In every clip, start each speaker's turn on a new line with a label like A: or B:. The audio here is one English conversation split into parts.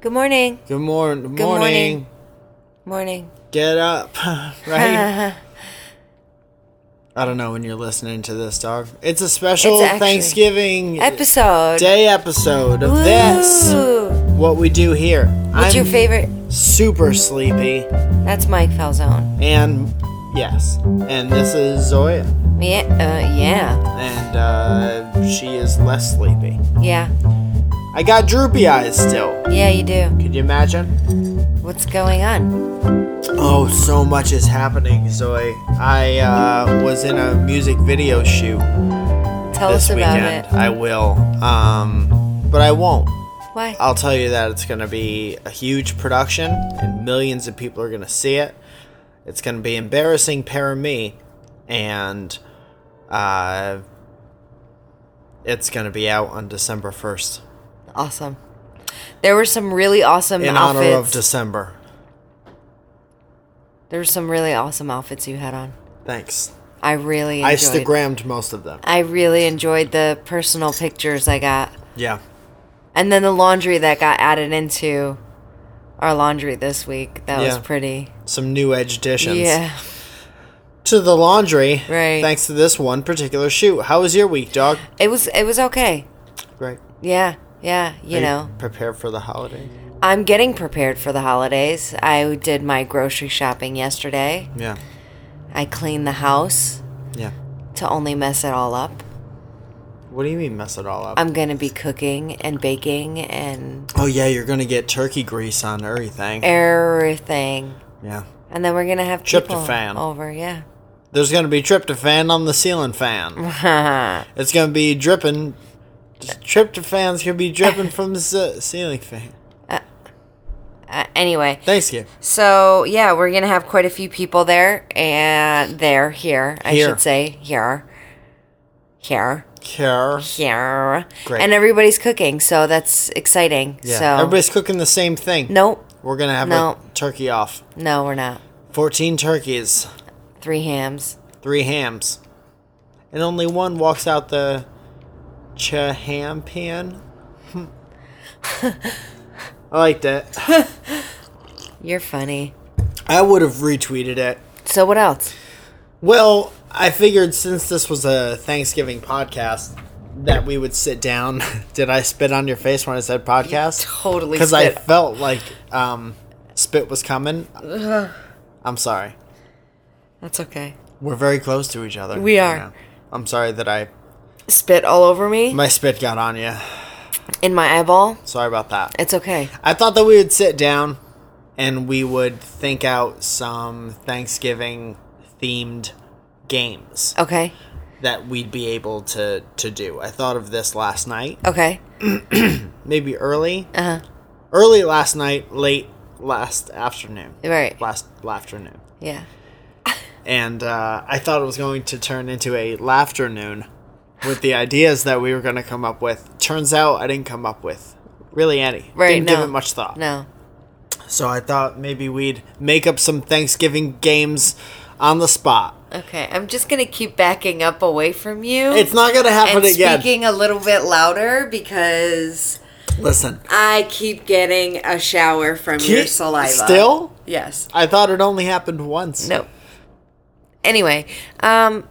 A: Good morning.
B: Good morning.
A: Good morning. Morning.
B: Get up. right? I don't know when you're listening to this, dog. It's a special
A: It's actually-
B: Thanksgiving
A: Episode.
B: day episode of
A: Woo!
B: this. What we do here.
A: What's
B: I'm
A: your favorite?
B: Super sleepy.
A: That's Mike Falzone.
B: And yes. And this is Zoya.
A: Yeah. Uh, yeah.
B: And uh, she is less sleepy.
A: Yeah.
B: I got droopy eyes still.
A: Yeah, you do.
B: Could you imagine?
A: What's going on?
B: Oh, so much is happening, Zoe. I uh, was in a music video shoot
A: Tell us
B: this
A: about
B: weekend.
A: it.
B: I will, um, but I won't.
A: Why?
B: I'll tell you that it's going to be a huge production, and millions of people are going to see it. It's going to be embarrassing, para me, and uh, it's going to be out on December first
A: Awesome. There were some really awesome
B: in
A: outfits.
B: honor of December.
A: there were some really awesome outfits you had on.
B: Thanks.
A: I really
B: I
A: enjoyed.
B: Instagrammed most of them.
A: I really enjoyed the personal pictures I got,
B: Yeah.
A: and then the laundry that got added into our laundry this week. That was
B: Yeah.
A: pretty.
B: Some new edge additions.
A: Yeah.
B: to the laundry.
A: Right.
B: Thanks to this one particular shoot. How was your week, dog?
A: It was it was okay.
B: Great.
A: Yeah, yeah, you
B: Are
A: know.
B: Prepare for the holidays.
A: I'm getting prepared for the holidays. I did my grocery shopping yesterday.
B: Yeah.
A: I cleaned the house
B: Yeah.
A: to only mess it all up.
B: What do you mean mess it all up?
A: I'm going to be cooking and baking and
B: oh yeah, you're gonna get turkey grease on everything.
A: Eh. everything.
B: yeah.
A: And then we're going to have people
B: Tryptophan.
A: over, yeah.
B: There's gonna be tryptophan on the ceiling fan.
A: Uh,
B: It's gonna be dripping. Tryptophan's gonna be dripping from the ce- ceiling fan.
A: Uh, anyway,
B: Thanks, you.
A: so yeah, we're going to have quite a few people there and there here, I
B: Here.
A: should say, here. Here.
B: Care.
A: here.
B: Great.
A: And everybody's cooking, so that's exciting.
B: Yeah.
A: So
B: Everybody's cooking the same thing.
A: Nope.
B: We're gonna have
A: No.
B: a turkey off.
A: No, we're not.
B: Fourteen turkeys.
A: Three hams.
B: three hams, and only one walks out the cha ham pan. I like that.
A: You're funny.
B: I would have retweeted it.
A: So what else?
B: Well, I figured since this was a Thanksgiving podcast, that we would sit down. Did I spit on your face when I said podcast?
A: totally
B: Because I
A: spit.
B: felt like um, spit was coming. I'm sorry.
A: That's okay.
B: We're very close to each other.
A: We
B: you
A: are.
B: know. I'm sorry that I
A: Spit all over me
B: my spit got on you.
A: in my eyeball.
B: Sorry about that.
A: It's okay.
B: I thought that we would sit down and we would think out some Thanksgiving themed games
A: Okay.
B: that we'd be able to to do. I thought of this last night,
A: Okay.
B: maybe early,
A: Uh huh.
B: early last night, late last afternoon,
A: Right.
B: last afternoon,
A: Yeah.
B: and uh, I thought it was going to turn into a laughter noon with the ideas that we were going to come up with. Turns out I didn't come up with really any.
A: Right,
B: didn't give
A: no.
B: it much thought.
A: No.
B: So I thought maybe we'd make up some Thanksgiving games on the spot.
A: Okay. I'm just gonna keep backing up away from you.
B: It's not gonna happen
A: and
B: again.
A: speaking a little bit louder because
B: Listen,
A: I keep getting a shower from your
B: Keep-
A: saliva.
B: still?
A: Yes.
B: I thought it only happened once.
A: No. Anyway, um,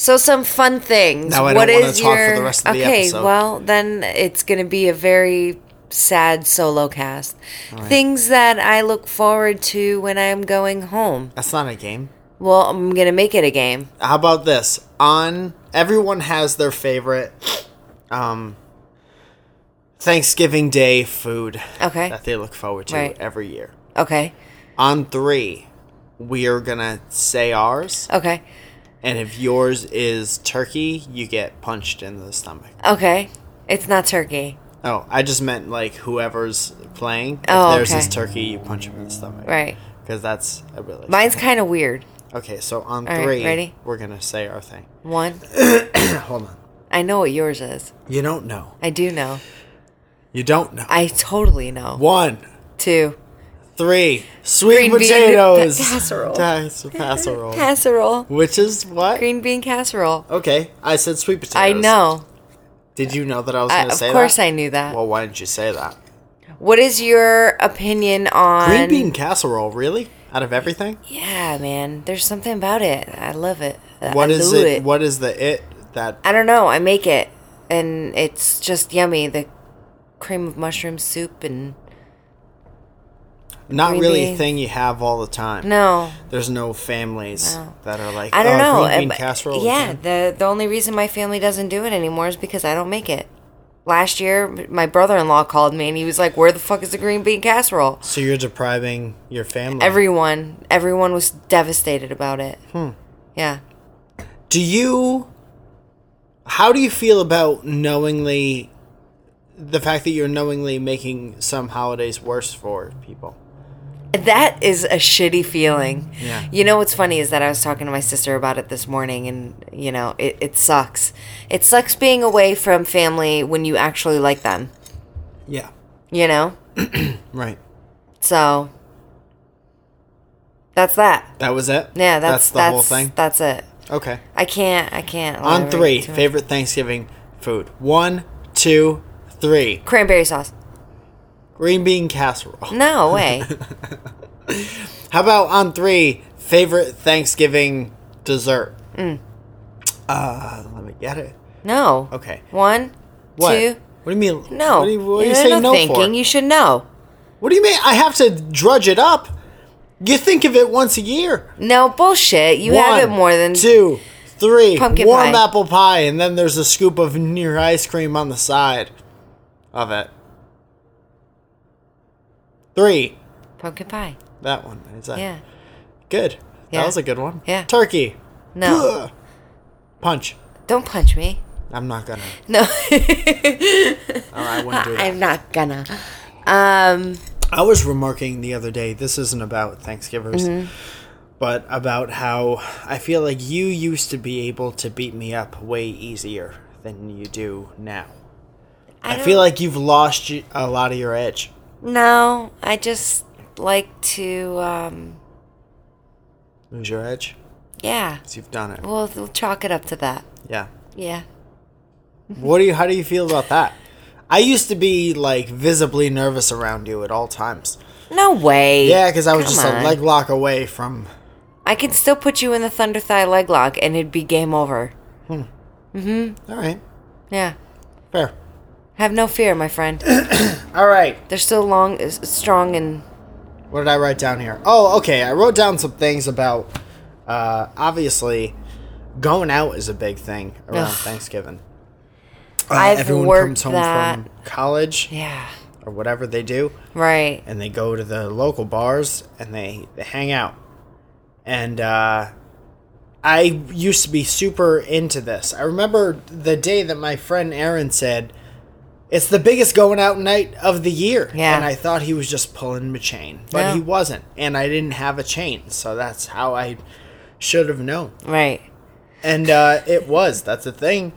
A: so some fun things.
B: No, I don't
A: What
B: wanna
A: is
B: talk for
A: your-
B: the rest of the
A: okay,
B: episode.
A: well then it's going to be a very sad solo cast. Things that I look forward to when I'm going home.
B: that's not a game.
A: Well, I'm going to make it a game.
B: How about this? On everyone has their favorite um Thanksgiving Day food
A: Okay.
B: that they look forward to
A: Right.
B: every year.
A: Okay.
B: On three, we are gonna say ours,
A: Okay.
B: and if yours is turkey, you get punched in the stomach.
A: Okay. It's not turkey.
B: Oh, I just meant like whoever's playing. If
A: Oh,
B: theirs
A: okay.
B: is turkey, you punch him in the stomach.
A: Right.
B: Because that's a really.
A: Mine's kind of weird.
B: okay, so on
A: right,
B: three,
A: ready?
B: we're going to say our thing.
A: One.
B: Hold on.
A: I know what yours is.
B: You don't know.
A: I do know.
B: You don't know.
A: I totally know.
B: One,
A: Two.
B: three, sweet
A: Green bean
B: potatoes.
A: pa- casserole.
B: Tas- casserole.
A: Casserole.
B: Which is what?
A: Green bean casserole.
B: Okay, I said sweet potatoes.
A: I know.
B: Did you know that I was
A: I,
B: going to
A: of
B: say that?
A: course I knew that.
B: Well, why didn't you say that?
A: What is your opinion on
B: Green bean casserole, really? Out of everything?
A: Yeah, man. There's something about it. I love it.
B: What
A: I
B: is
A: love
B: it, What is the it that
A: I don't know. I make it, and it's just yummy. The cream of mushroom soup and
B: not
A: green
B: really a
A: bean-
B: thing you have all the time?
A: no,
B: There's no families that are like
A: I don't
B: oh,
A: know.
B: green bean
A: Um,
B: casserole.
A: yeah,
B: again."
A: the the only reason my family doesn't do it anymore is because I don't make it. Last year, my brother-in-law called me and he was like, "Where the fuck is the green bean casserole?"
B: So you're depriving your family.
A: Everyone, everyone was devastated about it.
B: Hmm.
A: Yeah.
B: do you how do you feel about knowingly the fact that you're knowingly making some holidays worse for people?
A: That is a shitty feeling.
B: Yeah.
A: You know what's funny is that I was talking to my sister about it this morning, and you know it, it sucks. It sucks being away from family when you actually like them.
B: Yeah.
A: You know,
B: Right.
A: so that's that.
B: That was it?
A: Yeah, that's
B: the whole thing.
A: That's it.
B: Okay.
A: I can't. I can't.
B: On
A: elaborate
B: three,
A: too much.
B: favorite Thanksgiving food. One, two, three.
A: cranberry sauce.
B: Green bean casserole.
A: No way.
B: How about on three, favorite Thanksgiving dessert?
A: Mm.
B: Uh, let me get it.
A: No.
B: Okay.
A: One,
B: What?
A: two.
B: What do you mean?
A: No.
B: What do you, what do you
A: There's
B: say no
A: thinking.
B: for?
A: You should know.
B: What do you mean? I have to drudge it up. You think of it once a year.
A: No bullshit. You have it
B: One,
A: more than
B: two, three.
A: Pumpkin
B: warm
A: pie.
B: apple pie, and then there's a scoop of near ice cream on the side of it. Three.
A: pumpkin pie.
B: That one is that
A: Yeah.
B: good. That
A: Yeah.
B: was a good one.
A: Yeah.
B: Turkey.
A: No.
B: Ugh. Punch.
A: Don't punch me.
B: I'm not gonna.
A: No.
B: Or I wouldn't do that.
A: I'm not gonna. Um,
B: I was remarking the other day, this isn't about Thanksgivers,
A: Mm-hmm.
B: but about how I feel like you used to be able to beat me up way easier than you do now. I,
A: don't-
B: feel like you've lost y- a lot of your edge.
A: no, I just like to, um,
B: Lose your edge?
A: yeah.
B: 'Cause you've done it.
A: We'll, we'll chalk it up to that.
B: Yeah.
A: Yeah.
B: What do you, how do you feel about that? I used to be like visibly nervous around you at all times.
A: No way.
B: Yeah, because I was
A: Come
B: just
A: on.
B: a leg lock away from.
A: I can still put you in the thunder thigh leg lock and it'd be game over.
B: All right.
A: Yeah.
B: Fair.
A: Have no fear, my friend.
B: All right.
A: They're still long, s- strong, and
B: What did I write down here? Oh, okay. I wrote down some things about. Uh, obviously, going out is a big thing around
A: Ugh.
B: Thanksgiving. Uh,
A: I've
B: everyone
A: worked
B: comes home
A: that.
B: from college
A: yeah.
B: or whatever they do,
A: Right.
B: and they go to the local bars and they, they hang out. And uh, I used to be super into this. I remember the day that my friend Aaron said, "It's the biggest going out night of the year."
A: Yeah.
B: And I thought he was just pulling my chain, but
A: No.
B: he wasn't, and I didn't have a chain, so that's how I should have known.
A: Right.
B: And uh, it was. That's a thing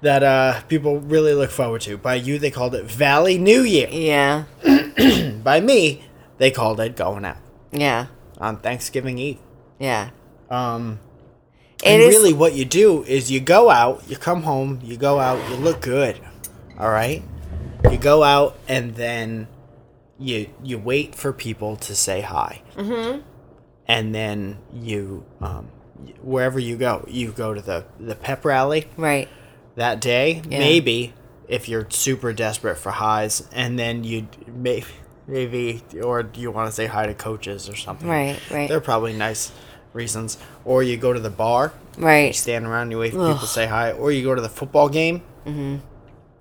B: that uh, people really look forward to. By you, they called it Valley New Year.
A: Yeah.
B: By me, they called it going out
A: Yeah.
B: on Thanksgiving Eve.
A: Yeah.
B: Um,
A: It
B: and
A: is.
B: really, what you do is you go out, you come home, you go out, you look good, all right. You go out and then you you wait for people to say hi, mm-hmm. and then you um, wherever you go, you go to the the pep rally
A: Right.
B: that day,
A: Yeah.
B: maybe if you're super desperate for highs, and then you maybe maybe or you want to say hi to coaches or something,
A: Right. Right.
B: They're probably nice reasons, or you go to the bar you
A: Right.
B: stand around and you wait for people to
A: Ugh.
B: say hi, or you go to the football game
A: Mm-hmm.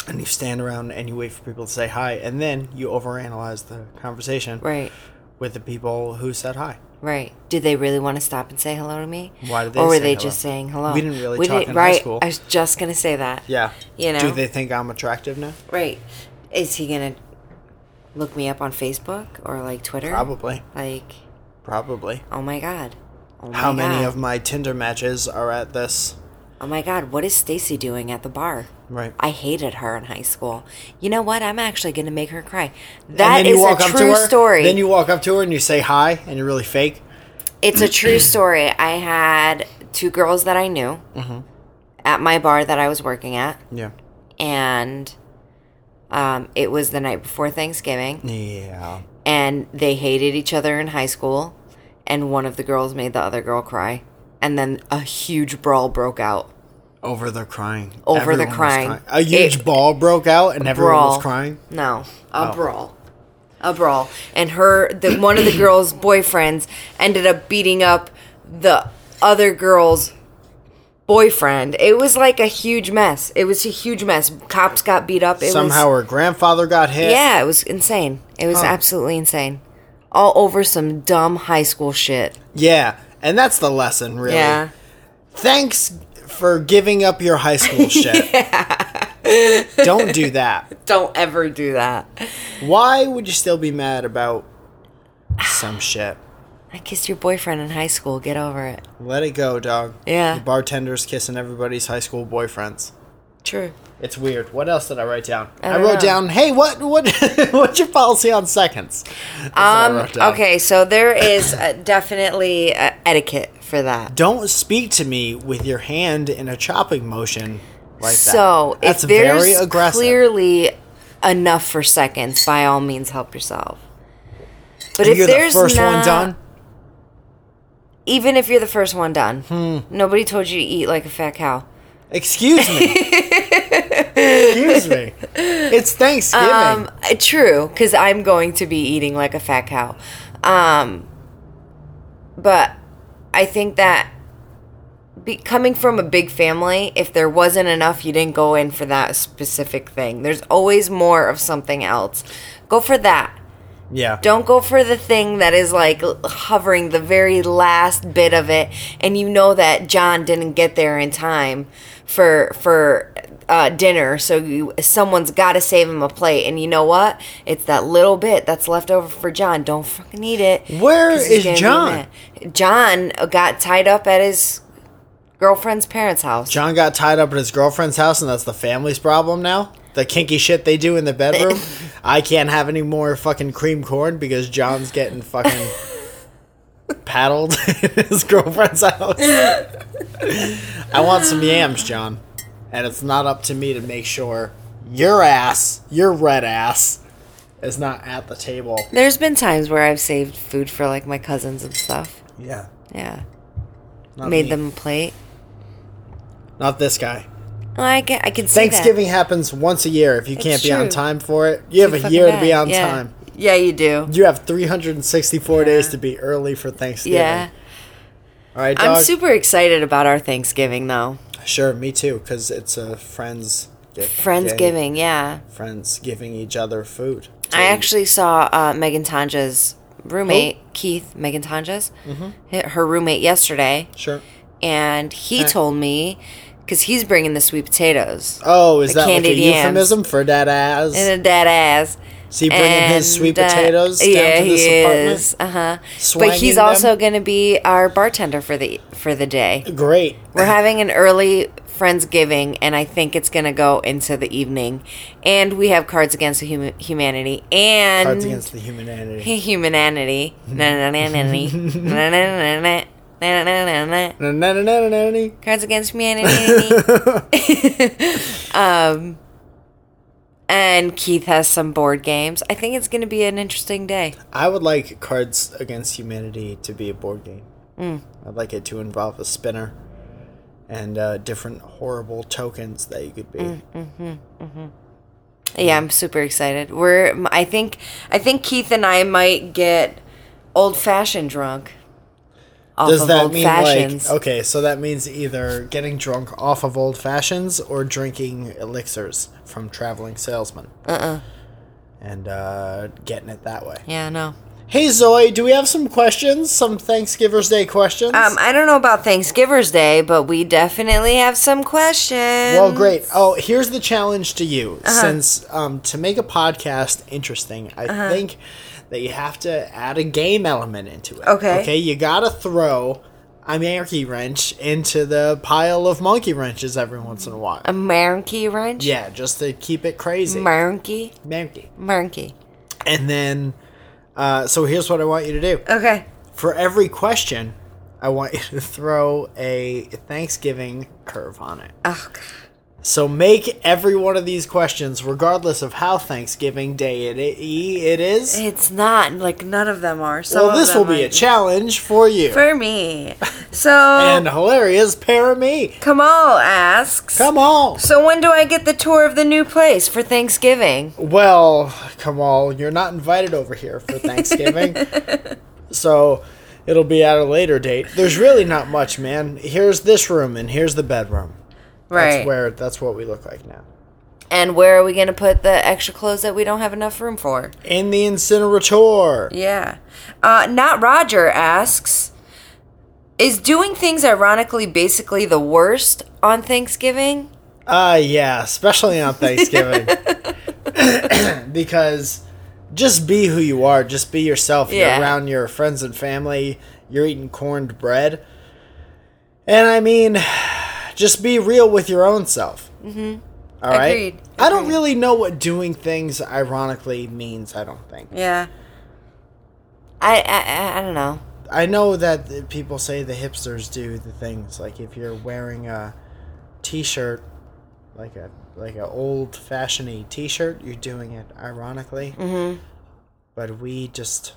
B: and you stand around and you wait for people to say hi, and then you overanalyze the conversation
A: Right.
B: with the people who said hi.
A: Right. Did they really want to stop and say hello to me?
B: Why did they
A: Or were
B: say
A: they
B: hello?
A: just saying hello?
B: We didn't really talk in high
A: right,
B: school.
A: I was just gonna say that.
B: Yeah,
A: You know.
B: Do they think I'm attractive now?
A: Right. Is he gonna look me up on Facebook or like Twitter?
B: Probably,
A: Like,
B: probably.
A: oh my god. Oh my
B: How many
A: God.
B: of my Tinder matches are at this?
A: Oh my god, what is Stacy doing at the bar?
B: Right.
A: I hated her in high school. You know what? I'm actually gonna make her cry.
B: And
A: That
B: then you
A: is a
B: walk up to
A: true
B: her-
A: story.
B: Then you walk up to her and you say hi, and you're really fake.
A: It's a true story. I had two girls that I
B: Mm-hmm.
A: knew at my bar that I was working at.
B: Yeah.
A: and Um, it was the night before Thanksgiving,
B: Yeah.
A: and they hated each other in high school. And one of the girls made the other girl cry, and then a huge brawl broke out.
B: Over the crying.
A: Over the
B: was
A: crying.
B: A huge
A: It-
B: ball broke out and everyone was
A: brawl.
B: crying. Oh.
A: No, a brawl, a brawl, and her the one of the girls' boyfriends ended up beating up the other girl's boyfriend. It was like a huge mess. It was a huge mess. Cops got beat up. It
B: Somehow
A: was,
B: her grandfather got hit.
A: yeah, it was insane. It was absolutely insane. All over some dumb high school shit.
B: Yeah. And that's the lesson, really.
A: Yeah.
B: Thanks for giving up your high school shit. Don't do that.
A: Don't ever do that.
B: Why would you still be mad about some shit?
A: I kissed your boyfriend in high school. Get over it.
B: Let it go, dog.
A: Yeah.
B: The bartender's kissing everybody's high school boyfriends.
A: True.
B: It's weird. What else did I write down? I,
A: don't
B: wrote
A: know.
B: down, hey, what, what, what's your policy on seconds? That's what I
A: Um,
B: wrote down.
A: okay, so there is uh definitely uh etiquette for that.
B: Don't speak to me with your hand in a chopping motion like that.
A: So
B: That's
A: if there's
B: very aggressive.
A: clearly enough for seconds, by all means, help yourself. But
B: And
A: if
B: you're the
A: there's
B: first one
A: not-
B: done.
A: even if you're the first one done,
B: Hmm.
A: nobody told you to eat like a fat cow.
B: Excuse me. Excuse me. It's Thanksgiving.
A: Um, uh, true, because I'm going to be eating like a fat cow. Um, but I think that be, coming from a big family, if there wasn't enough, you didn't go in for that specific thing. There's always more of something else. Go for that.
B: yeah.
A: Don't go for the thing that is like l- hovering the very last bit of it, and you know that John didn't get there in time for for uh, dinner, so you someone's got to save him a plate, and you know what? It's that little bit that's left over for John. Don't fucking eat it.
B: Where
A: 'cause he's
B: is
A: gonna be
B: John?
A: mad. John uh, got tied up at his girlfriend's parents' house.
B: John got tied up at his girlfriend's house, and that's the family's problem now. The kinky shit they do in the bedroom. I can't have any more fucking cream corn because John's getting fucking paddled in his girlfriend's house. I want some yams, John. And it's not up to me to make sure your ass, your red ass, is not at the table.
A: There's been times where I've saved food for like my cousins and stuff.
B: Yeah.
A: Yeah,
B: Not
A: made
B: me.
A: them a plate.
B: Not this guy.
A: I can I can see that.
B: Thanksgiving happens once a year. If you can't be on
A: true.
B: time for it, you have a
A: Fucking
B: year to be
A: bad.
B: on
A: Yeah.
B: time.
A: Yeah, you do.
B: You have 364 days
A: Yeah.
B: to be early for Thanksgiving.
A: Yeah.
B: All right, dog.
A: I'm super excited about our Thanksgiving though.
B: sure, me too, because it's a friends. gi- getting-
A: Friendsgiving, yeah.
B: Friends giving each other food.
A: I actually saw uh, Megan Tanja's roommate, Keith Megan Tanja's,
B: Mm-hmm.
A: hi- her roommate yesterday,
B: Sure.
A: and he told me because he's bringing the sweet potatoes
B: Oh, is
A: The
B: that like a
A: candied yams.
B: euphemism for that ass?
A: and a dead ass.
B: Is he bringing his sweet potatoes down to this apartment?
A: Uh huh. But
B: Swanging
A: he's
B: them?
A: also going to be our bartender for the for the day.
B: Great.
A: We're having an early Friendsgiving, and I think it's going to go into the evening. And we have Cards Against hum- Humanity and
B: Cards against the humanity.
A: Humanity. Na-na-na-na-na. Na-na-na-na-na. Na-na-na-na-na.
B: Na-na-na-na-na-na.
A: Cards Against Humanity. um, and Keith has some board games. I think it's going to be an interesting day.
B: I would like Cards Against Humanity to be a board game.
A: Mm.
B: I'd like it to involve a spinner and uh, different horrible tokens that you could be.
A: Mm. Yeah, I'm super excited. We're m- I think I think Keith and I might get old fashioned drunk. Off
B: Does that
A: old
B: mean
A: fashions.
B: like oh, okay? So that means either getting drunk off of old fashions or drinking elixirs from traveling salesmen. Uh uh
A: Uh-uh.
B: And uh, getting it that way.
A: Yeah, no.
B: Hey Zoe, do we have some questions? Some Thanksgiving's Day questions?
A: Um, I don't know about Thanksgiving's Day, but we definitely have some questions.
B: Well, great. Oh, here's the challenge to you. Since um, to make a podcast interesting, I think that you have to add a game element into it.
A: Okay.
B: Okay, you gotta throw a monkey wrench into the pile of monkey wrenches every once in a while.
A: A monkey wrench.
B: yeah, just to keep it crazy.
A: Monkey.
B: monkey.
A: Monkey.
B: And then, uh, so here's what I want you to do.
A: Okay.
B: For every question, I want you to throw a Thanksgiving curve on it.
A: Oh, God.
B: So make every one of these questions, regardless of how Thanksgiving Day it, it is.
A: It's not like none of them are. So
B: well, this will be a challenge for you.
A: for me. So
B: and hilarious pair of me.
A: Kamal asks.
B: Come on.
A: So when do I get the tour of the new place for Thanksgiving?
B: Well, Kamal, you're not invited over here for Thanksgiving. so it'll be at a later date. There's really not much, man. Here's this room and here's the bedroom.
A: Right.
B: That's where that's what we look like now.
A: and where are we going to put the extra clothes that we don't have enough room for?
B: In the incinerator.
A: Yeah. Uh, Not Roger asks Is doing things ironically basically the worst on Thanksgiving?
B: Ah, yeah, especially on Thanksgiving. because just be who you are, just be yourself.
A: Yeah.
B: You're around your friends and family, you're eating corned bread. And I mean, just be real with your own self. Mm-hmm. All right.
A: Agreed,
B: I don't
A: agreed.
B: really know what doing things ironically means, I don't think.
A: Yeah. I, I, I- I don't know.
B: I know that the people say the hipsters do the things like if you're wearing a t-shirt, like a like an old fashioned t-shirt, you're doing it ironically. Mm-hmm. But we just,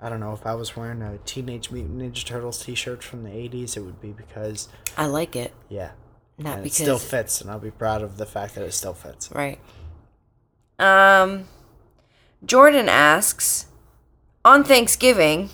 B: I don't know. If I was wearing a Teenage Mutant Ninja Turtles t-shirt from the '80s, it would be because
A: I like it.
B: yeah,
A: Not
B: and it
A: because.
B: still fits, and I'll be proud of the fact that it still fits.
A: Right. Um, Jordan asks on Thanksgiving,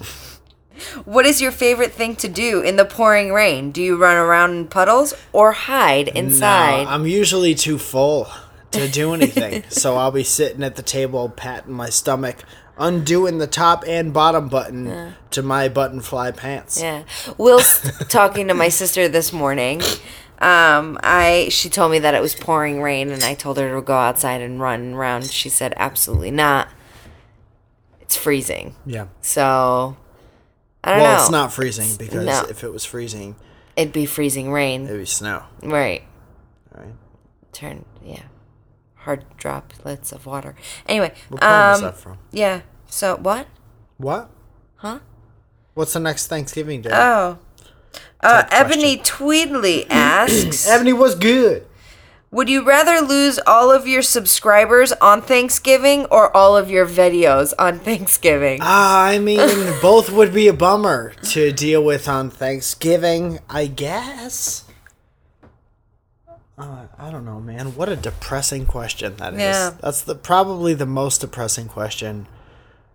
A: what is your favorite thing to do in the pouring rain? Do you run around in puddles or hide inside?
B: No, I'm usually too full to do anything. so I'll be sitting at the table, patting my stomach, undoing the top and bottom button to my button fly pants.
A: yeah. Whilst talking to my sister this morning, um, I she told me that it was pouring rain, and I told her to go outside and run around. She said, "Absolutely not. It's freezing."
B: Yeah.
A: So I don't
B: Well,
A: know.
B: it's not freezing because
A: no.
B: if it was freezing,
A: It'd be freezing rain,
B: it'd be snow.
A: right?
B: Right?
A: turn yeah hard droplets of water anyway
B: We're pulling this
A: um
B: up from.
A: yeah so what
B: What?
A: huh
B: What's the next Thanksgiving day?
A: oh uh,
B: Tough question.
A: ebony tweedley asks
B: Ebony was good.
A: would you rather lose all of your subscribers on thanksgiving or all of your videos on thanksgiving
B: Ah, I mean, both would be a bummer to deal with on Thanksgiving, I guess. Uh, I don't know, man. What a depressing question that is.
A: Yeah.
B: That's the probably the most depressing question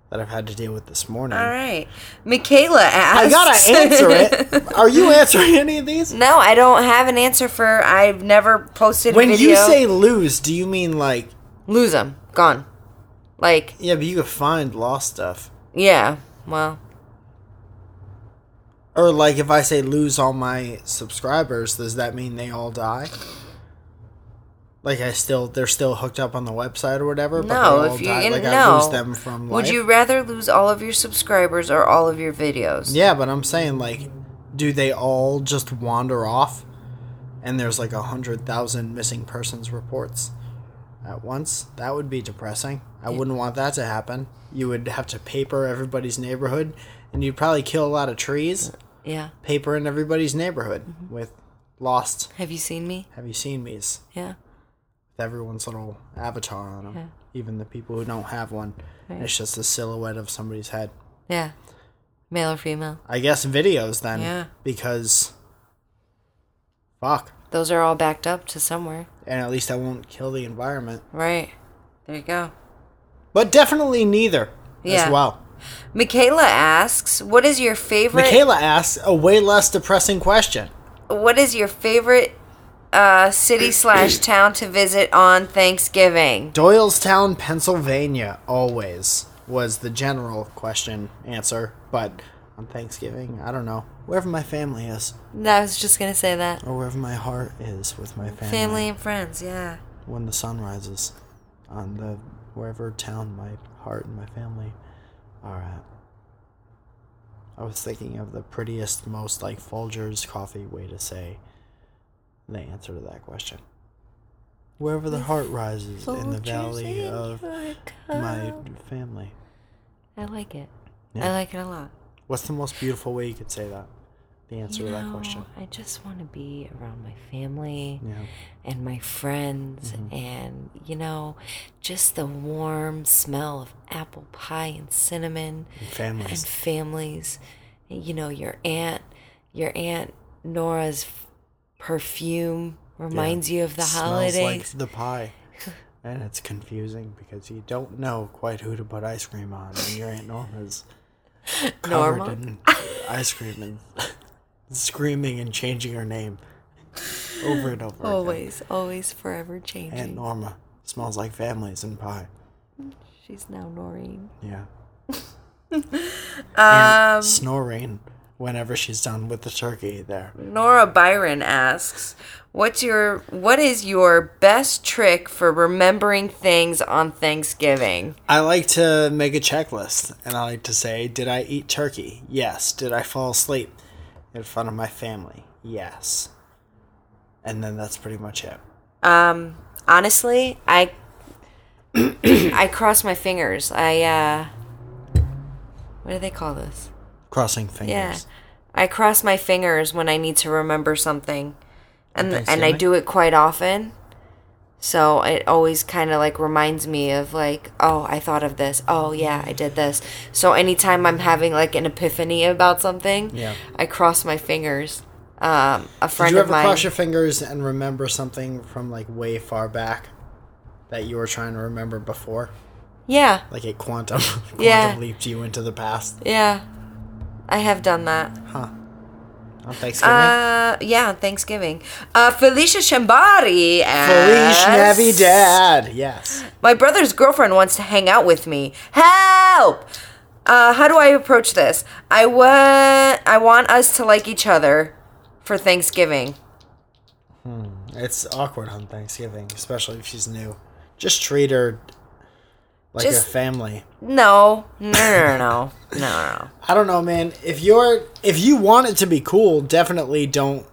B: that I've had to deal with this morning.
A: all right michaela asks
B: I gotta answer it. Are you answering any of these?
A: no i don't have an answer for i've never posted
B: When
A: a video
B: you say lose, do you mean like
A: lose them gone like
B: yeah, but you could find lost stuff,
A: yeah well
B: or like if I say lose all my subscribers, does that mean they all die? Like I still, they're still hooked up on the website or whatever. but
A: No,
B: they all
A: if you
B: die,
A: in-
B: like
A: no.
B: I lose them from.
A: Would
B: life?
A: you rather lose all of your subscribers or all of your videos?
B: Yeah, but I'm saying like, do they all just wander off? And there's like a hundred thousand missing persons reports at once. That would be depressing. I wouldn't want that to happen. You would have to paper everybody's neighborhood, and you'd probably kill a lot of trees.
A: Yeah.
B: Paper in everybody's neighborhood
A: Mm-hmm.
B: with lost.
A: Have you seen me?
B: Have you seen me's?
A: Yeah.
B: with everyone's little avatar on them, even the people who don't have one. It's just a silhouette of somebody's head.
A: Yeah. Male or female.
B: I guess videos then,
A: Yeah.
B: because fuck,
A: Those are all backed up to somewhere.
B: and at least I won't kill the environment.
A: Right. There you go.
B: But definitely neither
A: Yeah.
B: as well.
A: Michaela asks, "What is your favorite
B: Michaela asks a way less depressing question.
A: what is your favorite uh, city slash town to visit on Thanksgiving?"
B: Doylestown, Pennsylvania, always was the general question answer, but on Thanksgiving, I don't know wherever my family is
A: I was just gonna say that.
B: or wherever my heart is with my family.
A: Family and friends, yeah.
B: when the sun rises on the wherever town my heart and my family are at. I was thinking of the prettiest, most like Folgers coffee way to say the answer to that question. Wherever the heart rises in the valley of my
A: Oh.
B: family.
A: I like it.
B: Yeah.
A: I like it a lot.
B: What's the most beautiful way you could say that? the answer
A: You
B: to that
A: know,
B: question.
A: I just want to be around my family
B: Yeah.
A: and my friends
B: Mm-hmm.
A: and, you know, just the warm smell of apple pie and cinnamon
B: And families.
A: and families. You know, your aunt, your aunt Nora's f- perfume reminds you of the
B: Smells like
A: holidays.
B: the pie. And it's confusing because you don't know quite who to put ice cream on, and your Aunt Norma's covered
A: Norma?
B: in ice cream and screaming and changing her name over and over
A: Oh,
B: again.
A: always, always forever
B: Aunt
A: changing.
B: Norma smells like families and pie.
A: She's now Noreen.
B: Yeah. and
A: Um,
B: snoring whenever she's done with the turkey there.
A: Nora Byron asks, "What's your what is your best trick for remembering things on Thanksgiving?"
B: I like to make a checklist and I like to say, Did I eat turkey? Yes. Did I fall asleep in front of my family? Yes. And then that's pretty much it.
A: Um, honestly, I I cross my fingers. I uh what do they call this?
B: Crossing
A: Yeah.
B: fingers.
A: I cross my fingers when I need to remember something. And and I
B: Thanksgiving?
A: do it quite often. So it always kind of like reminds me of like, oh, I thought of this. Oh, yeah, I did this. So anytime I'm having like an epiphany about something,
B: Yeah.
A: I cross my fingers. Um, a friend
B: Did you
A: of
B: ever
A: mine.
B: cross your fingers and remember something from like way far back that you were trying to remember before?
A: yeah,
B: Like it quantum, quantum
A: Yeah.
B: leaped you into the past.
A: yeah, I have done that.
B: Huh. On Thanksgiving.
A: Uh, yeah, on Thanksgiving. Uh, Felicia Shambari.
B: Feliz
A: asks-
B: Navidad. Yes.
A: My brother's girlfriend wants to hang out with me. Help! Uh, how do I approach this? I want I want us to like each other for Thanksgiving.
B: It's awkward on Thanksgiving, especially if she's new. Just treat her like
A: Just-
B: a family.
A: No, no, no, no, no, no.
B: I don't know, man. If you're if you want it to be cool, definitely don't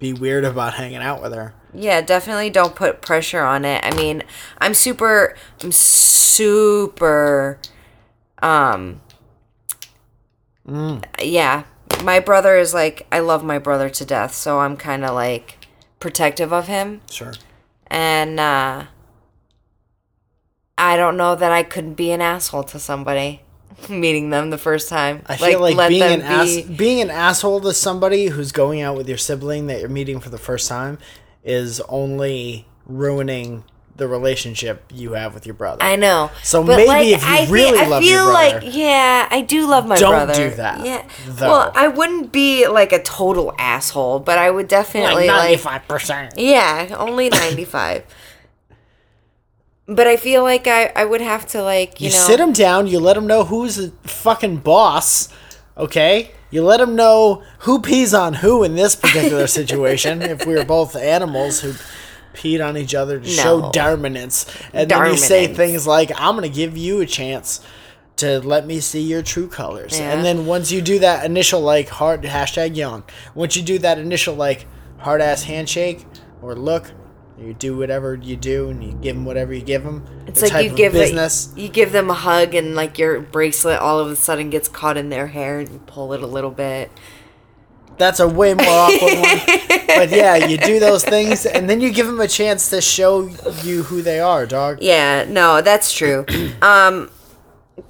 B: be weird about hanging out with her.
A: Yeah, definitely don't put pressure on it. I mean, I'm super, I'm super, um, yeah. My brother is like, I love my brother to death, so I'm kind of like protective of him.
B: Sure.
A: and uh, I don't know that I could be an asshole to somebody meeting them the first time.
B: I feel like,
A: let
B: being
A: them
B: an ass, being an asshole to somebody who's going out with your sibling that you're meeting for the first time is only ruining the relationship you have with your brother.
A: I know.
B: So maybe if you
A: thi-
B: really love your brother-
A: like, yeah, I do love my
B: Don't
A: brother.
B: do that,
A: Yeah.
B: though.
A: Well, I wouldn't be like a total asshole, but I would definitely like
B: percent.
A: Yeah, only 95. But I feel like I, I would have to like you,
B: You,
A: know
B: sit him down. You let him know who's the fucking boss. Okay. You let him know who pees on who in this particular situation. if we were both animals who peed on each other to show
A: No.
B: dominance, and then you say
A: Dominance.
B: things like, "I'm gonna give you a chance." To let me see your true colors,
A: Yeah.
B: and then once you do that initial like hard hashtag yawn, once you do that initial like hard ass handshake or look, you do whatever you do, and you give them whatever you give them.
A: It's like you give it, you give them a hug and like your bracelet all of a sudden gets caught in their hair and you pull it a little bit.
B: That's a way more awkward one. But yeah, you do those things, and then you give them a chance to show you who they are, dog.
A: Yeah, no, that's true. um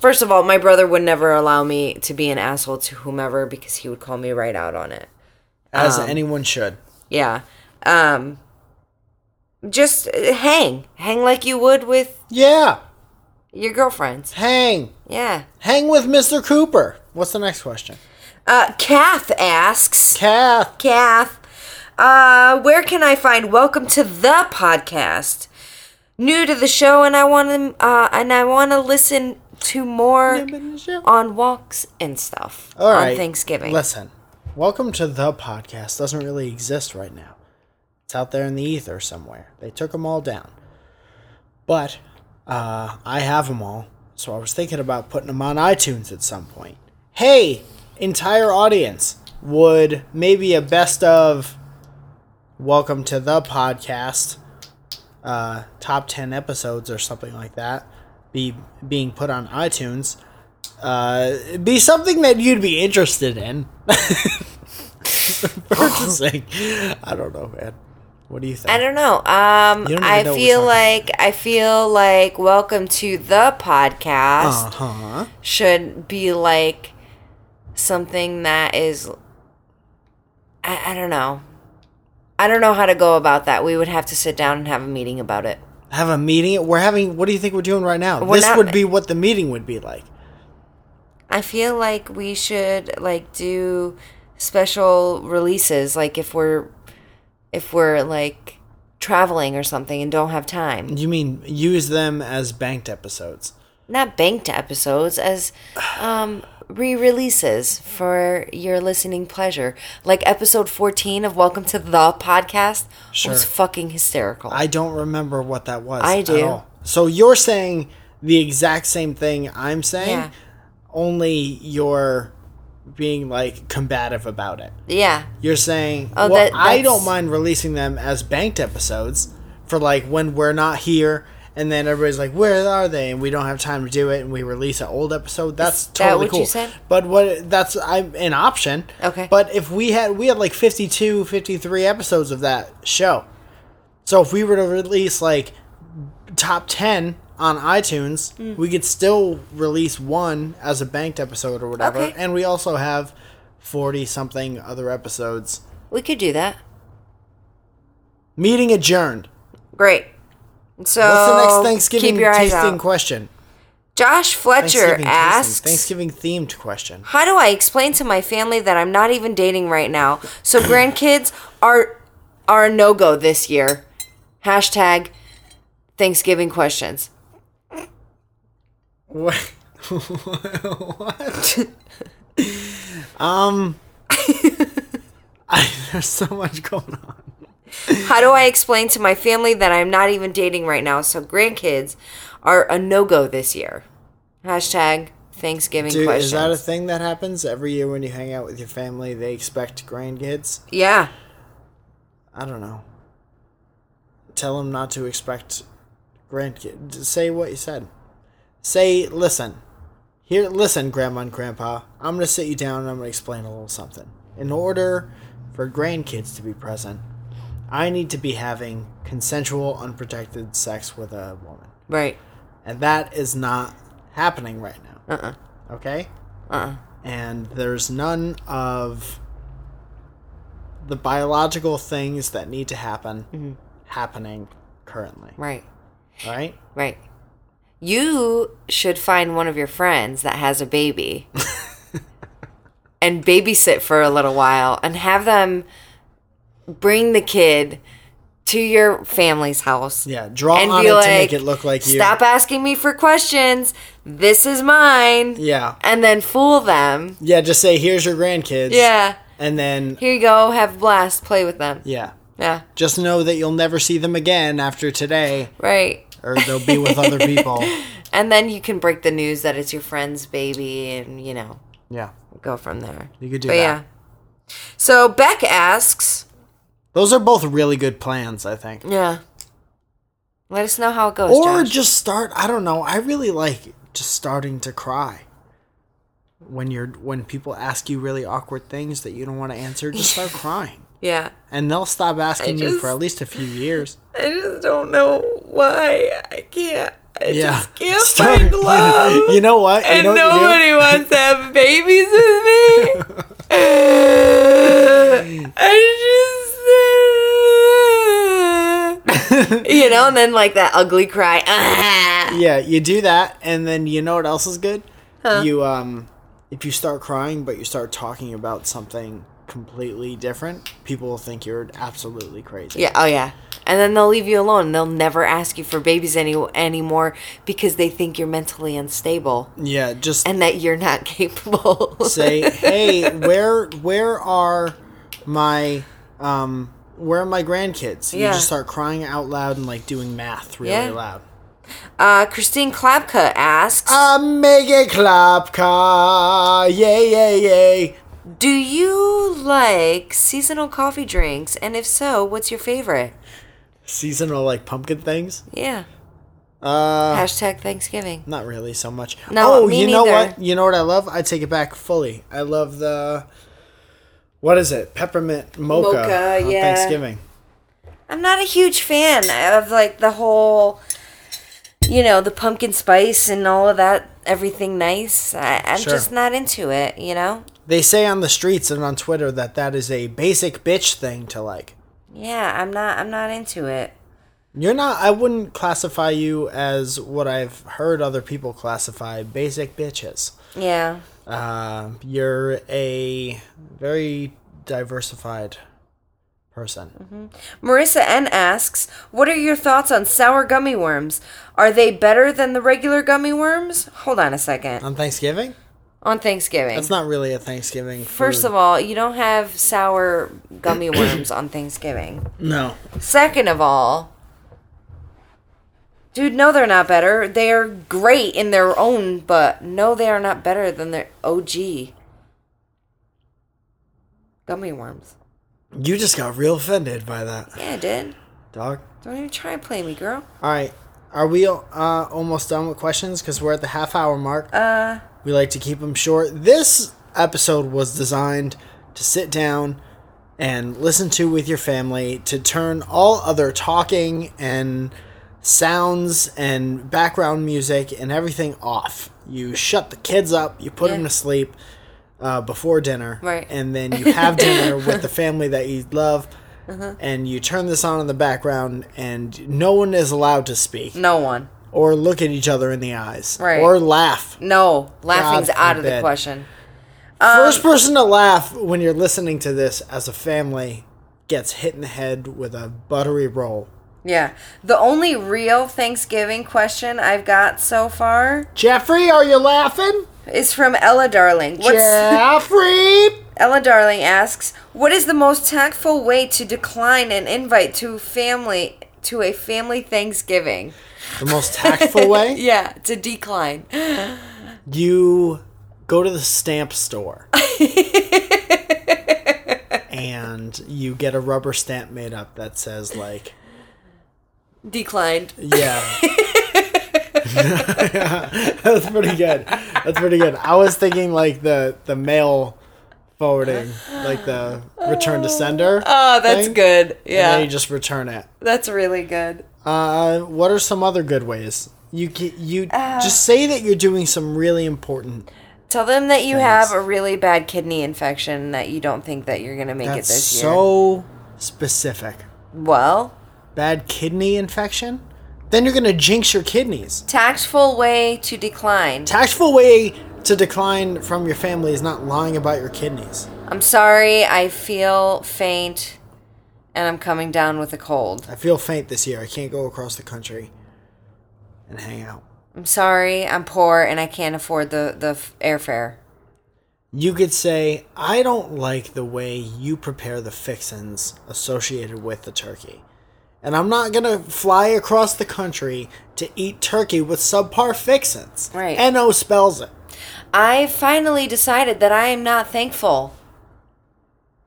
A: first of all, my brother would never allow me to be an asshole to whomever because he would call me right out on it.
B: As anyone should.
A: Yeah. Um just uh, hang. Hang like you would with
B: Yeah,
A: your girlfriends.
B: hang.
A: Yeah.
B: Hang with Mr. Cooper. What's the next question?
A: Uh Kath asks
B: Kath.
A: Kath. Uh, where can I find Welcome to the podcast? New to the show, and I want to uh, and I want to listen to more on walks and stuff
B: All right.
A: on Thanksgiving.
B: Listen, welcome to the podcast. Doesn't really exist right now. It's out there in the ether somewhere. They took them all down. But uh, I have them all, so I was thinking about putting them on iTunes at some point. Hey, entire audience, would maybe a best of welcome to the podcast uh, top 10 episodes or something like that be being put on iTunes uh, be something that you'd be interested in. purchasing. I don't know, man. What do you think?
A: I don't know. Um,
B: You don't even
A: I
B: know what we're
A: feel
B: talking
A: like I feel like welcome to the podcast
B: Uh-huh.
A: should be like something that is. I, I don't know. I don't know how to go about that. We would have to sit down and have a meeting about it.
B: Have a meeting. We're having. What do you think we're doing right now?
A: We're
B: this
A: not-
B: would be what the meeting would be like.
A: I feel like we should like do special releases, like if we're if we're like traveling or something and don't have time.
B: You mean use them as banked episodes?
A: Not banked episodes as um re-releases for your listening pleasure. Like episode 14 of Welcome to the Podcast
B: Sure.
A: was fucking hysterical.
B: I don't remember what that was.
A: I
B: at
A: do.
B: all. So you're saying the exact same thing I'm saying,
A: Yeah.
B: only you're being like combative about it.
A: yeah.
B: You're saying,
A: Oh,
B: well,
A: that-
B: I don't
A: that's-
B: mind releasing them as banked episodes for like when we're not here, and then everybody's like, where are they? And we don't have time to do it, and we release an old episode. That's
A: that
B: totally
A: what you
B: cool.
A: said?
B: But what that's I'm an option.
A: Okay.
B: But if we had we had like 52, 53 episodes of that show, so if we were to release like top ten on iTunes,
A: Hmm.
B: we could still release one as a banked episode or whatever,
A: Okay.
B: and we also have forty something other episodes.
A: We could do that.
B: Meeting adjourned.
A: Great. So
B: What's the next Thanksgiving
A: keep your eyes
B: tasting
A: out.
B: question?
A: Josh Fletcher
B: Thanksgiving tasting-
A: asks
B: Thanksgiving themed question.
A: How do I explain to my family that I'm not even dating right now? So grandkids are are a no go this year. Hashtag Thanksgiving questions.
B: What? what? um, I, there's so much going on.
A: How do I explain to my family that I'm not even dating right now? So grandkids are a no go this year. Hashtag Thanksgiving
B: Dude,
A: questions.
B: is that a thing that happens every year when you hang out with your family? They expect grandkids.
A: yeah.
B: I don't know. Tell them not to expect grandkids. Say what you said. Say, listen. Here, listen, Grandma and Grandpa. I'm going to sit you down and I'm going to explain a little something. In order for grandkids to be present, I need to be having consensual, unprotected sex with a woman.
A: Right.
B: And that is not happening right now.
A: Uh
B: Okay?
A: uh-uh. uh.
B: and there's none of the biological things that need to happen happening currently
A: Right.
B: right
A: Right. You should find one of your friends that has a baby and babysit for a little while and have them bring the kid to your family's house.
B: yeah draw
A: And
B: on
A: be
B: it
A: like,
B: to make it look like you
A: stop asking me for questions. This is mine.
B: yeah
A: And then fool them.
B: yeah just say here's your grandkids
A: Yeah.
B: and then
A: Here you go. Have a blast. Play with them.
B: yeah
A: Yeah.
B: just know that you'll never see them again after today
A: Right.
B: or they'll be with other people
A: And then you can break the news that it's your friend's baby and, you know,
B: yeah
A: go from there.
B: you could do
A: But
B: that
A: yeah. So Beck asks,
B: those are both really good plans i think
A: yeah. Let us know how it goes.
B: or
A: Josh.
B: just start i don't know i really like just starting to cry when you're when people ask you really awkward things that you don't want to answer just start crying
A: yeah.
B: and they'll stop asking you
A: just-
B: for at least a few years
A: I just don't know why I can't. I
B: yeah
A: just can't
B: Start-
A: find love.
B: you know what you
A: and
B: know what you do?
A: nobody wants to have babies with me. I just, you know, and then like that ugly cry.
B: yeah you do that and then you know what else is good you um if you start crying but you start talking about something completely different people will think you're absolutely crazy
A: yeah. Oh yeah. And then they'll leave you alone. They'll never ask you for babies any anymore because they think you're mentally unstable
B: yeah just
A: and that you're not capable.
B: say, "Hey, where where are my um where are my grandkids?" And
A: Yeah.
B: You just start crying out loud and like doing math really
A: Yeah.
B: loud.
A: uh, Christine Klapka asks,
B: I make a clap car, yay yay yay.
A: "Do you like seasonal coffee drinks? And if so, what's your favorite?"
B: Seasonal like pumpkin things.
A: Yeah.
B: Uh,
A: Hashtag Thanksgiving.
B: not really so much.
A: No,
B: oh,
A: me
B: you know
A: neither.
B: what? You know what I love? I take it back fully. I love the What is it? Peppermint mocha,
A: Mocha,
B: on
A: yeah.
B: Thanksgiving.
A: I'm not a huge fan of like the whole, you know, the pumpkin spice and all of that, everything nice. I, I'm
B: Sure.
A: just not into it, you know?
B: They say on the streets and on Twitter that that is a basic bitch thing to like.
A: Yeah, I'm not. I'm not into it.
B: You're not. I wouldn't classify you as what I've heard other people classify basic bitches.
A: Yeah.
B: Uh, you're a very diversified person.
A: Mm-hmm. Marissa N asks, "What are your thoughts on sour gummy worms? Are they better than the regular gummy worms?" Hold on a second.
B: On Thanksgiving,
A: On Thanksgiving.
B: that's not really a Thanksgiving.
A: First of all, you don't have sour gummy worms on Thanksgiving.
B: no,
A: Second of all, dude, no, they're not better. They are great in their own, but no, they are not better than their OG gummy worms.
B: you just got real offended by that,
A: Yeah, I did.
B: dog.
A: Don't even try and play me, girl.
B: All right, are we uh, almost done with questions? Because we're at the half hour mark.
A: Uh,
B: We like to keep them short. This episode was designed to sit down and listen to with your family to turn all other talking and sounds and background music and everything off. You shut the kids up, you put them
A: Yeah.
B: to sleep uh, before dinner,
A: Right.
B: and then you have dinner with the family that you love. And you turn this on in the background, and no one is allowed to speak
A: no one.
B: or look at each other in the eyes
A: Right.
B: or laugh.
A: No, laughing's
B: God
A: out of the
B: forbid.
A: question.
B: First person to laugh when you're listening to this as a family gets hit in the head with a buttery roll.
A: Yeah. The only real Thanksgiving question I've got so far
B: Jeffrey, are you laughing?
A: is from Ella Darling. What's
B: Jeffrey!
A: Ella Darling asks, "What is the most tactful way to decline an invite to family to a family Thanksgiving?"
B: The most tactful way,
A: Yeah, to decline.
B: you go to the stamp store and you get a rubber stamp made up that says, like,
A: Declined.
B: Yeah. That's pretty good. That's pretty good. I was thinking like the the mail forwarding, like the return to sender.
A: Oh, that's
B: thing,
A: good.
B: And
A: Yeah.
B: then you just return it.
A: that's really good.
B: Uh, what are some other good ways? You ca- you
A: Uh.
B: just say that you're doing some really important.
A: Tell them that you
B: Thanks.
A: have a really bad kidney infection that you don't think that you're going to make
B: That's
A: it this year.
B: so specific.
A: well,
B: Bad kidney infection. Then you're gonna jinx your kidneys.
A: tactful way to decline.
B: Tactful way to decline from your family is not lying about your kidneys.
A: I'm sorry, I feel faint and I'm coming down with a cold.
B: I feel faint this year. I can't go across the country and hang out.
A: I'm sorry, I'm poor and I can't afford the the f- airfare.
B: You could say, I don't like the way you prepare the fixins associated with the turkey. And I'm not going to fly across the country to eat turkey with subpar fixins.
A: Right.
B: NO spells it.
A: I finally decided that I am not thankful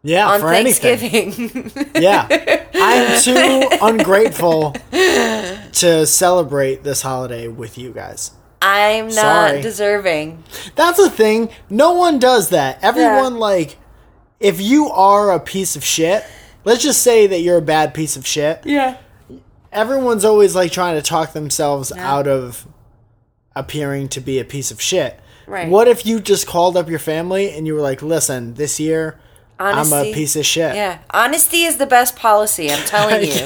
B: Yeah,
A: on
B: for anything.
A: Thanksgiving.
B: Yeah. I'm too ungrateful to celebrate this holiday with you guys.
A: I'm not
B: Sorry.
A: deserving.
B: That's the thing. No one does that. Everyone
A: Yeah.
B: like if you are a piece of shit, let's just say that you're a bad piece of shit.
A: Yeah.
B: Everyone's always like trying to talk themselves out of appearing to be a piece of shit.
A: Right.
B: What if you just called up your family and you were like, "Listen, this year I'm
A: Honesty.
B: a piece of shit."
A: Yeah. Honesty is the best policy, I'm telling you.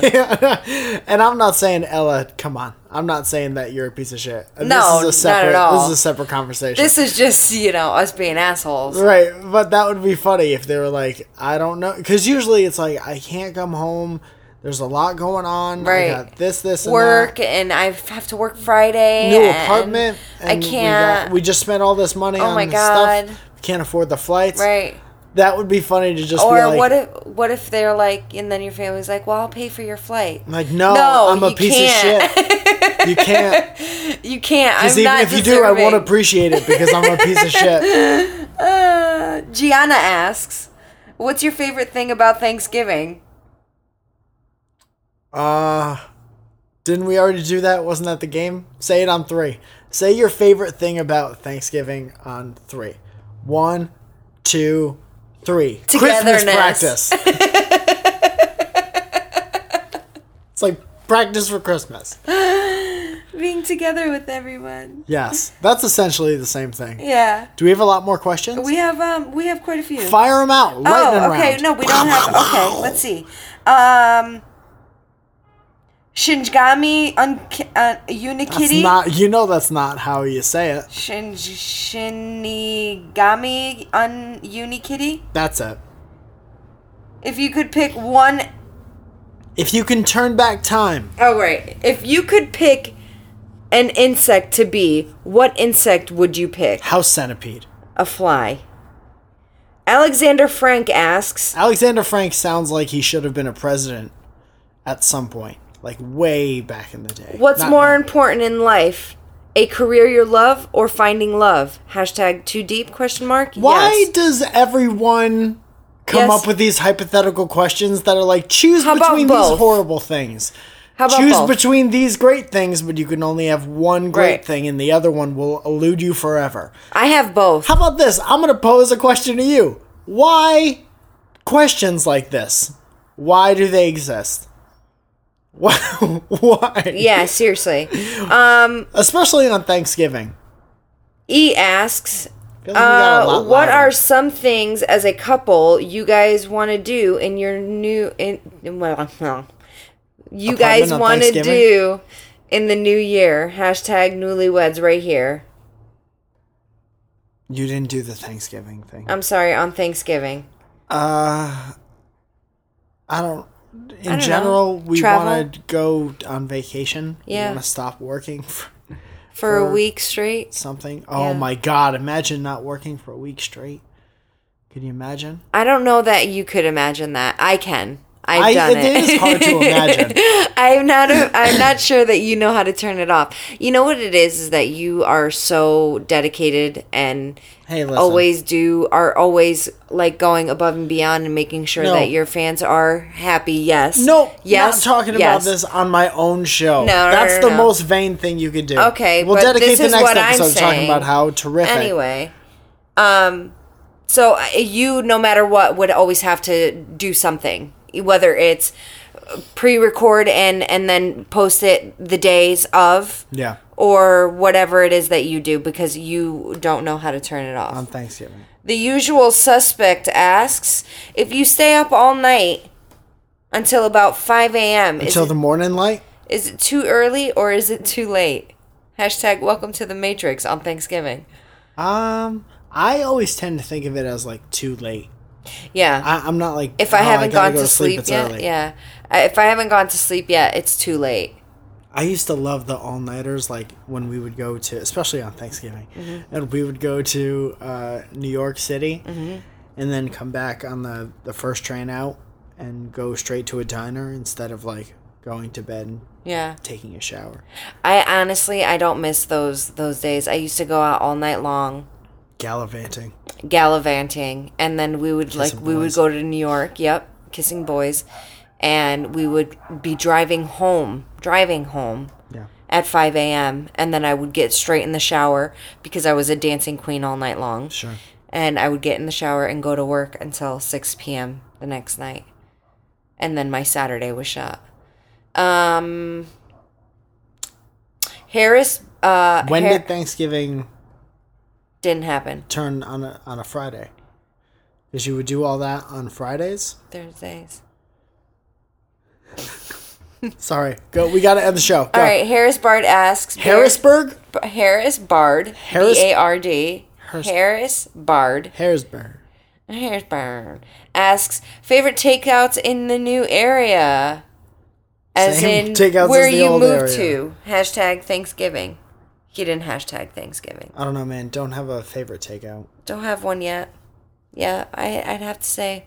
B: and I'm not saying Ella, come on. I'm not saying that you're a piece of shit.
A: No, not at
B: separate this
A: all.
B: is a separate conversation.
A: This is just, you know, us being assholes.
B: Right, but that would be funny if they were like, I don't know, because usually it's like I can't come home. There's a lot going on.
A: Right.
B: I got this, this, and
A: Work
B: that.
A: and I have to work Friday.
B: uh, new
A: and
B: apartment.
A: I
B: and we got-
A: can't. Oh
B: We, just spent all this money on
A: my
B: this
A: God.
B: stuff. We can't afford the flights.
A: right.
B: That would be funny to just be
A: Or
B: like,
A: what if what if they're like, and then your family's like, "Well, I'll pay for your flight."
B: like no,
A: No,
B: I'm a
A: you
B: piece
A: can't.
B: of shit. You can't.
A: You can't. I'm
B: Because even
A: not
B: if you do, I won't
A: deserving.
B: appreciate it because I'm a piece of shit.
A: Uh, Gianna asks, "What's your favorite thing about Thanksgiving?"
B: Uh, didn't we already do that? Wasn't that the game? Say it on three. Say your favorite thing about Thanksgiving on three. One, two, Three.
A: Togetherness.
B: Christmas practice. it's like practice for Christmas.
A: Being together with everyone.
B: Yes, that's essentially the same thing.
A: Yeah.
B: Do we have a lot more questions?
A: We have um we have quite a few.
B: Fire them out. Lightning
A: Oh, okay.
B: round.
A: No, we don't have. Okay, let's see. Um, Shinigami un- uh,
B: That's
A: Unikitty.
B: not. You know that's not how you say it.
A: Shin- Shinigami un- Unikitty.
B: That's it.
A: If you could pick one
B: If you can turn back time,
A: Oh right. If you could pick an insect to be, what insect would you pick?
B: house centipede.
A: A fly. Alexander Frank asks,
B: Alexander Frank sounds like he should have been a president at some point, like way back in the day.
A: "What's
B: Not
A: more
B: now.
A: important in life, a career you love or finding love?" Hashtag too deep? Question mark.
B: Why
A: Yes.
B: does everyone come
A: Yes.
B: up with these hypothetical questions that are like choose
A: How about
B: between
A: both?
B: these horrible things?
A: How about
B: choose
A: both?
B: between these great things, but you can only have one great
A: Right.
B: thing, and the other one will elude you forever.
A: I have both.
B: How about this? I'm going to pose a question to you. Why questions like this? Why do they exist? Why? Why?
A: yeah, seriously.
B: Especially on Thanksgiving.
A: E asks,
B: Feels like we got a
A: Uh,
B: lot
A: what
B: louder.
A: are some things as a couple you guys want to do in your new in well no. you guys
B: on
A: want to
B: Thanksgiving?
A: do in the new year hashtag newlyweds right here
B: You didn't do the Thanksgiving thing.
A: i'm sorry on thanksgiving
B: Uh, I don't. In
A: don't know.
B: general, we
A: Travel?
B: want to go on vacation.
A: Yeah.
B: We want to stop working for
A: for, a
B: For-
A: week straight
B: something. Oh
A: Yeah.
B: my God! Imagine not working for a week straight. Can you imagine?
A: i don't know that you could imagine that i can i've done it,
B: it is hard to imagine.
A: I'm not. A, I'm not sure that you know how to turn it off. You know what it is is that you are so dedicated and
B: Hey, listen.
A: always do are always like going above and beyond and making sure
B: No.
A: that your fans are happy. Yes.
B: No,
A: Yes.
B: not talking
A: yes.
B: about this on my own show.
A: No, no,
B: that's
A: no,
B: the
A: no.
B: most vain thing you could do.
A: Okay,
B: we'll
A: but
B: dedicate
A: this
B: the
A: is
B: next
A: what I'm
B: episode to talking
A: saying.
B: about how terrific.
A: Anyway, um, so uh, you, no matter what, would always have to do something, whether it's uh, pre-record and and then post it the days of.
B: yeah,
A: Or whatever it is that you do because you don't know how to turn it off.
B: on Thanksgiving.
A: The usual suspect asks if you stay up all night until about 5 a.m. Is,
B: Until the
A: it,
B: morning light.
A: is it too early or is it too late? Hashtag welcome to the Matrix on Thanksgiving.
B: Um, I always tend to think of it as like too late.
A: Yeah.
B: I, I'm not like
A: if I
B: "Oh,
A: haven't
B: gotta
A: gone
B: go
A: to sleep,
B: it's
A: yet,
B: early."
A: yeah. I- If I haven't gone to sleep yet, it's too late.
B: I used to love the all nighters, like when we would go to, especially on Thanksgiving,
A: Mm-hmm.
B: and we would go to uh, New York City,
A: Mm-hmm.
B: and then come back on the the first train out and go straight to a diner instead of like going to bed and
A: Yeah.
B: taking a shower.
A: I honestly I don't miss those those days. I used to go out all night long
B: Gallivanting.
A: gallivanting and then we would like
B: Kissing
A: we would
B: boys.
A: go to new york yep kissing boys and we would be driving home driving home
B: Yeah.
A: at 5 a.m and then i would get straight in the shower because i was a dancing queen all night long
B: Sure.
A: and i would get in the shower and go to work until 6 p.m the next night and then my saturday was shot um harris uh
B: When
A: Har-
B: did Thanksgiving
A: didn't happen
B: turn on a on a Friday? Because you would do all that on Fridays.
A: thursdays
B: Sorry, go. We got to end the show. Go.
A: All right, Harris Bard asks.
B: Harrisburg.
A: Bar- Harris Bard.
B: Harris-
A: B A R D.
B: Harris-
A: Harris Bard.
B: Harrisburg.
A: Harris Bard asks favorite takeouts in the new area, as
B: Same
A: in
B: takeouts
A: where
B: as the
A: you
B: old
A: moved
B: area.
A: to. Hashtag Thanksgiving. He didn't hashtag Thanksgiving.
B: I don't know, man. Don't have a favorite takeout.
A: Don't have one yet. Yeah, I I'd have to say,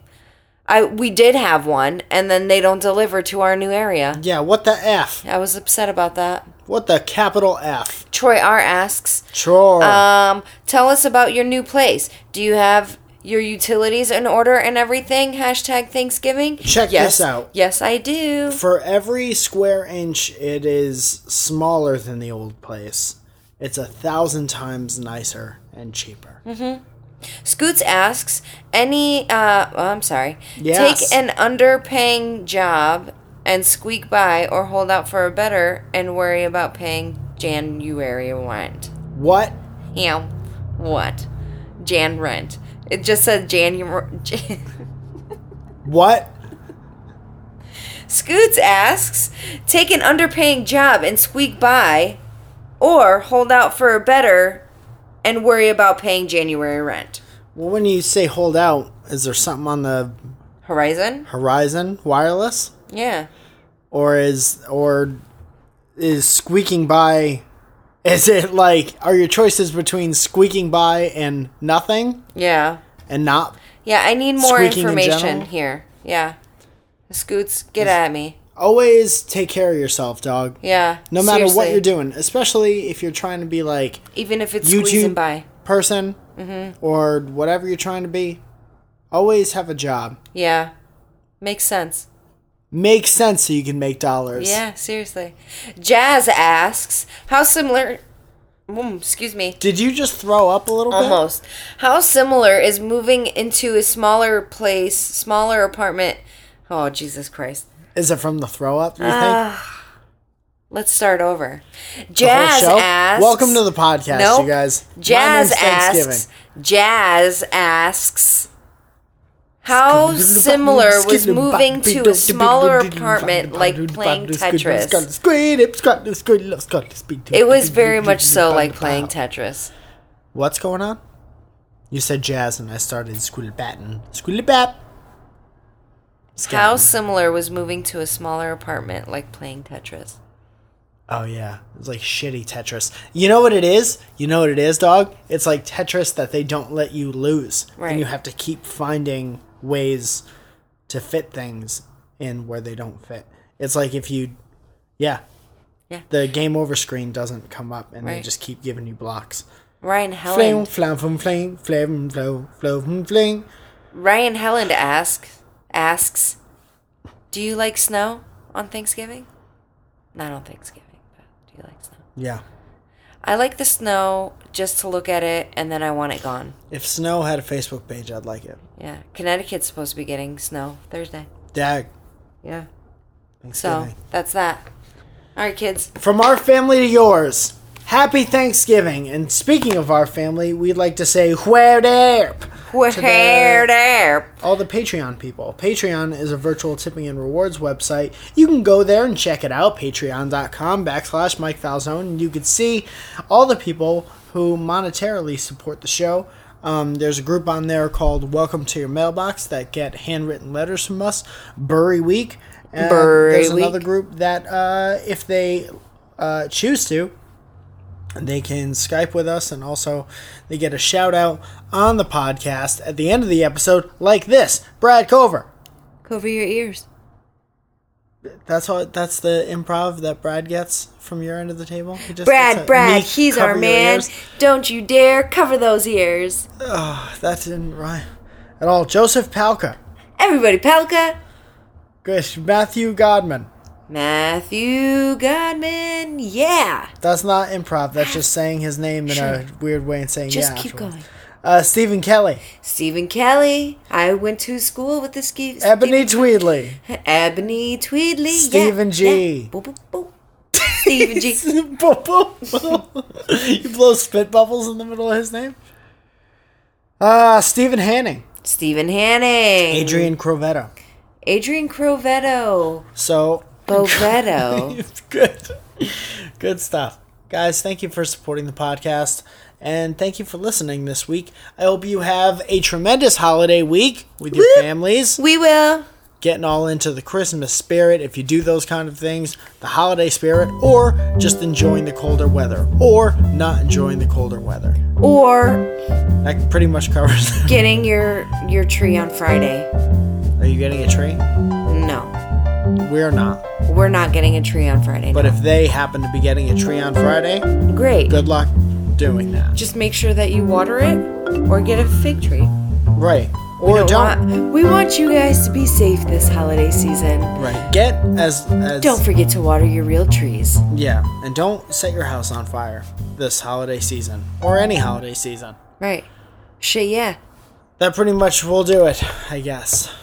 A: I we did have one, and then they don't deliver to our new area.
B: Yeah, what the F?
A: I was upset about that.
B: What the capital F?
A: Troy R asks.
B: Troll.
A: Um, tell us about your new place. Do you have your utilities in order and everything? Hashtag Thanksgiving.
B: Check this
A: yes,
B: out.
A: Yes, I do.
B: For every square inch, it is smaller than the old place. It's a thousand times nicer and cheaper.
A: Scoots asks, any, uh, oh, I'm sorry.
B: Yes.
A: Take an underpaying job and squeak by or hold out for a better and worry about paying January rent.
B: What?
A: You know, what? Jan rent. It just said January.
B: What?
A: Scoots asks, take an underpaying job and squeak by or hold out for a better and worry about paying January rent.
B: Well, when you say hold out, is there something on the
A: Horizon?
B: horizon wireless?
A: Yeah.
B: Or is or is squeaking by is it like are your choices between squeaking by and nothing
A: Yeah.
B: and not
A: Yeah, I need more
B: Squeaking in
A: information
B: general?
A: here. Yeah. Scoots, get at me.
B: always take care of yourself, dog.
A: Yeah.
B: No matter what
A: seriously.
B: you're doing, especially if you're trying to be like
A: Even if it's squeezing
B: YouTube
A: by. Mm-hmm.
B: person or whatever you're trying to be, always have a job.
A: Yeah. Makes sense.
B: Make sense so you can make dollars.
A: Yeah, seriously. Jazz asks, how similar. Mm, excuse me.
B: Did you just throw up a little bit?
A: Almost. How similar is moving into a smaller place, smaller apartment? Oh, Jesus Christ.
B: Is it from the throw up? You
A: Uh,
B: think?
A: Let's start over.
B: The whole
A: Jazz
B: show?
A: asks.
B: Welcome to the podcast,
A: Nope.
B: you guys. My
A: Jazz
B: name's Thanksgiving.
A: asks. Jazz asks. How similar was moving to a smaller apartment like playing Tetris? It
B: It
A: was very much so like playing Tetris.
B: What's going on? You said jazz, and I started squilly batting. Squilly bat.
A: How similar was moving to a smaller apartment like playing Tetris?
B: Oh yeah, it's like shitty Tetris. You know what it is? You know what it is, dog? It's like Tetris that they don't let you lose,
A: Right.
B: and you have to keep finding ways to fit things in where they don't fit. It's like if you, yeah,
A: Yeah.
B: the game over screen doesn't come up, and they
A: Right.
B: just keep giving you blocks.
A: Ryan
B: Flam,
A: Helland.
B: flam, flam, flam, flam, flam, flam, flam.
A: Ryan Helland asks asks, "Do you like snow on Thanksgiving?" Not on Thanksgiving, but do you like snow?
B: Yeah.
A: I like the snow just to look at it, and then I want it gone.
B: If Snow had a Facebook page, I'd like it.
A: Yeah, Connecticut's supposed to be getting snow Thursday.
B: Dag.
A: Yeah. So
B: Thanksgiving.
A: that's that. All right, kids.
B: From our family to yours, happy Thanksgiving. And speaking of our family, we'd like to say where there.
A: We're
B: the-
A: there.
B: All the Patreon people. Patreon is a virtual tipping and rewards website. You can go there and check it out, patreon.com backslash Mike Falzone, and you can see all the people who monetarily support the show. Um, there's a group on there called Welcome to Your Mailbox that get handwritten letters from us. Bury Week. Uh,
A: Bury
B: there's another
A: Week.
B: group that uh, if they uh, choose to, they can Skype with us and also they get a shout out on the podcast at the end of the episode, like this Brad Cover.
A: Cover your ears.
B: That's what. That's the improv that Brad gets from your end of the table. He just
A: Brad,
B: gets a
A: Brad,
B: meek
A: he's
B: cover
A: our
B: your
A: man.
B: ears.
A: Don't you dare cover those ears.
B: Oh, that didn't rhyme at all. Joseph Palka,
A: Everybody, Palka.
B: Gosh, Matthew Godman.
A: Matthew Godman. Yeah.
B: That's not improv. That's just saying his name in a weird way and saying
A: Just
B: yeah.
A: keep
B: afterwards.
A: going.
B: Uh, Stephen Kelly,
A: Stephen Kelly. I went to school with the ski.
B: Ebony Tweedley,
A: Stephen- Ebony Tweedley. yeah,
B: Stephen G.
A: Yeah. Boop, boop, boop. Stephen G.
B: Boop, boop, boop. you blow spit bubbles in the middle of his name. Uh, Stephen Hanning,
A: Stephen Hanning.
B: Adrian Crovetto.
A: Adrian Crovetto.
B: So
A: Bovetto.
B: good, good stuff, guys. Thank you for supporting the podcast, and thank you for listening this week. I hope you have a tremendous holiday week with your
A: Whoop.
B: families,
A: we will.
B: getting all into the Christmas spirit. If you do those kind of things, the holiday spirit, or just enjoying the colder weather, or not enjoying the colder weather.
A: Or
B: That pretty much covers it.
A: getting your your tree on Friday.
B: Are you getting a tree?
A: No.
B: We're not.
A: We're not getting a tree on Friday.
B: But if they happen to be getting a tree on Friday,
A: Great.
B: good luck doing that.
A: Just make sure that you water it or get a fig tree.
B: Right.
A: We
B: Or don't.
A: Want, we want you guys to be safe this holiday season.
B: Right. Get as as
A: Don't forget to water your real trees.
B: yeah, and don't set your house on fire this holiday season or any holiday season.
A: Right. Shit, yeah.
B: That pretty much will do it, I guess.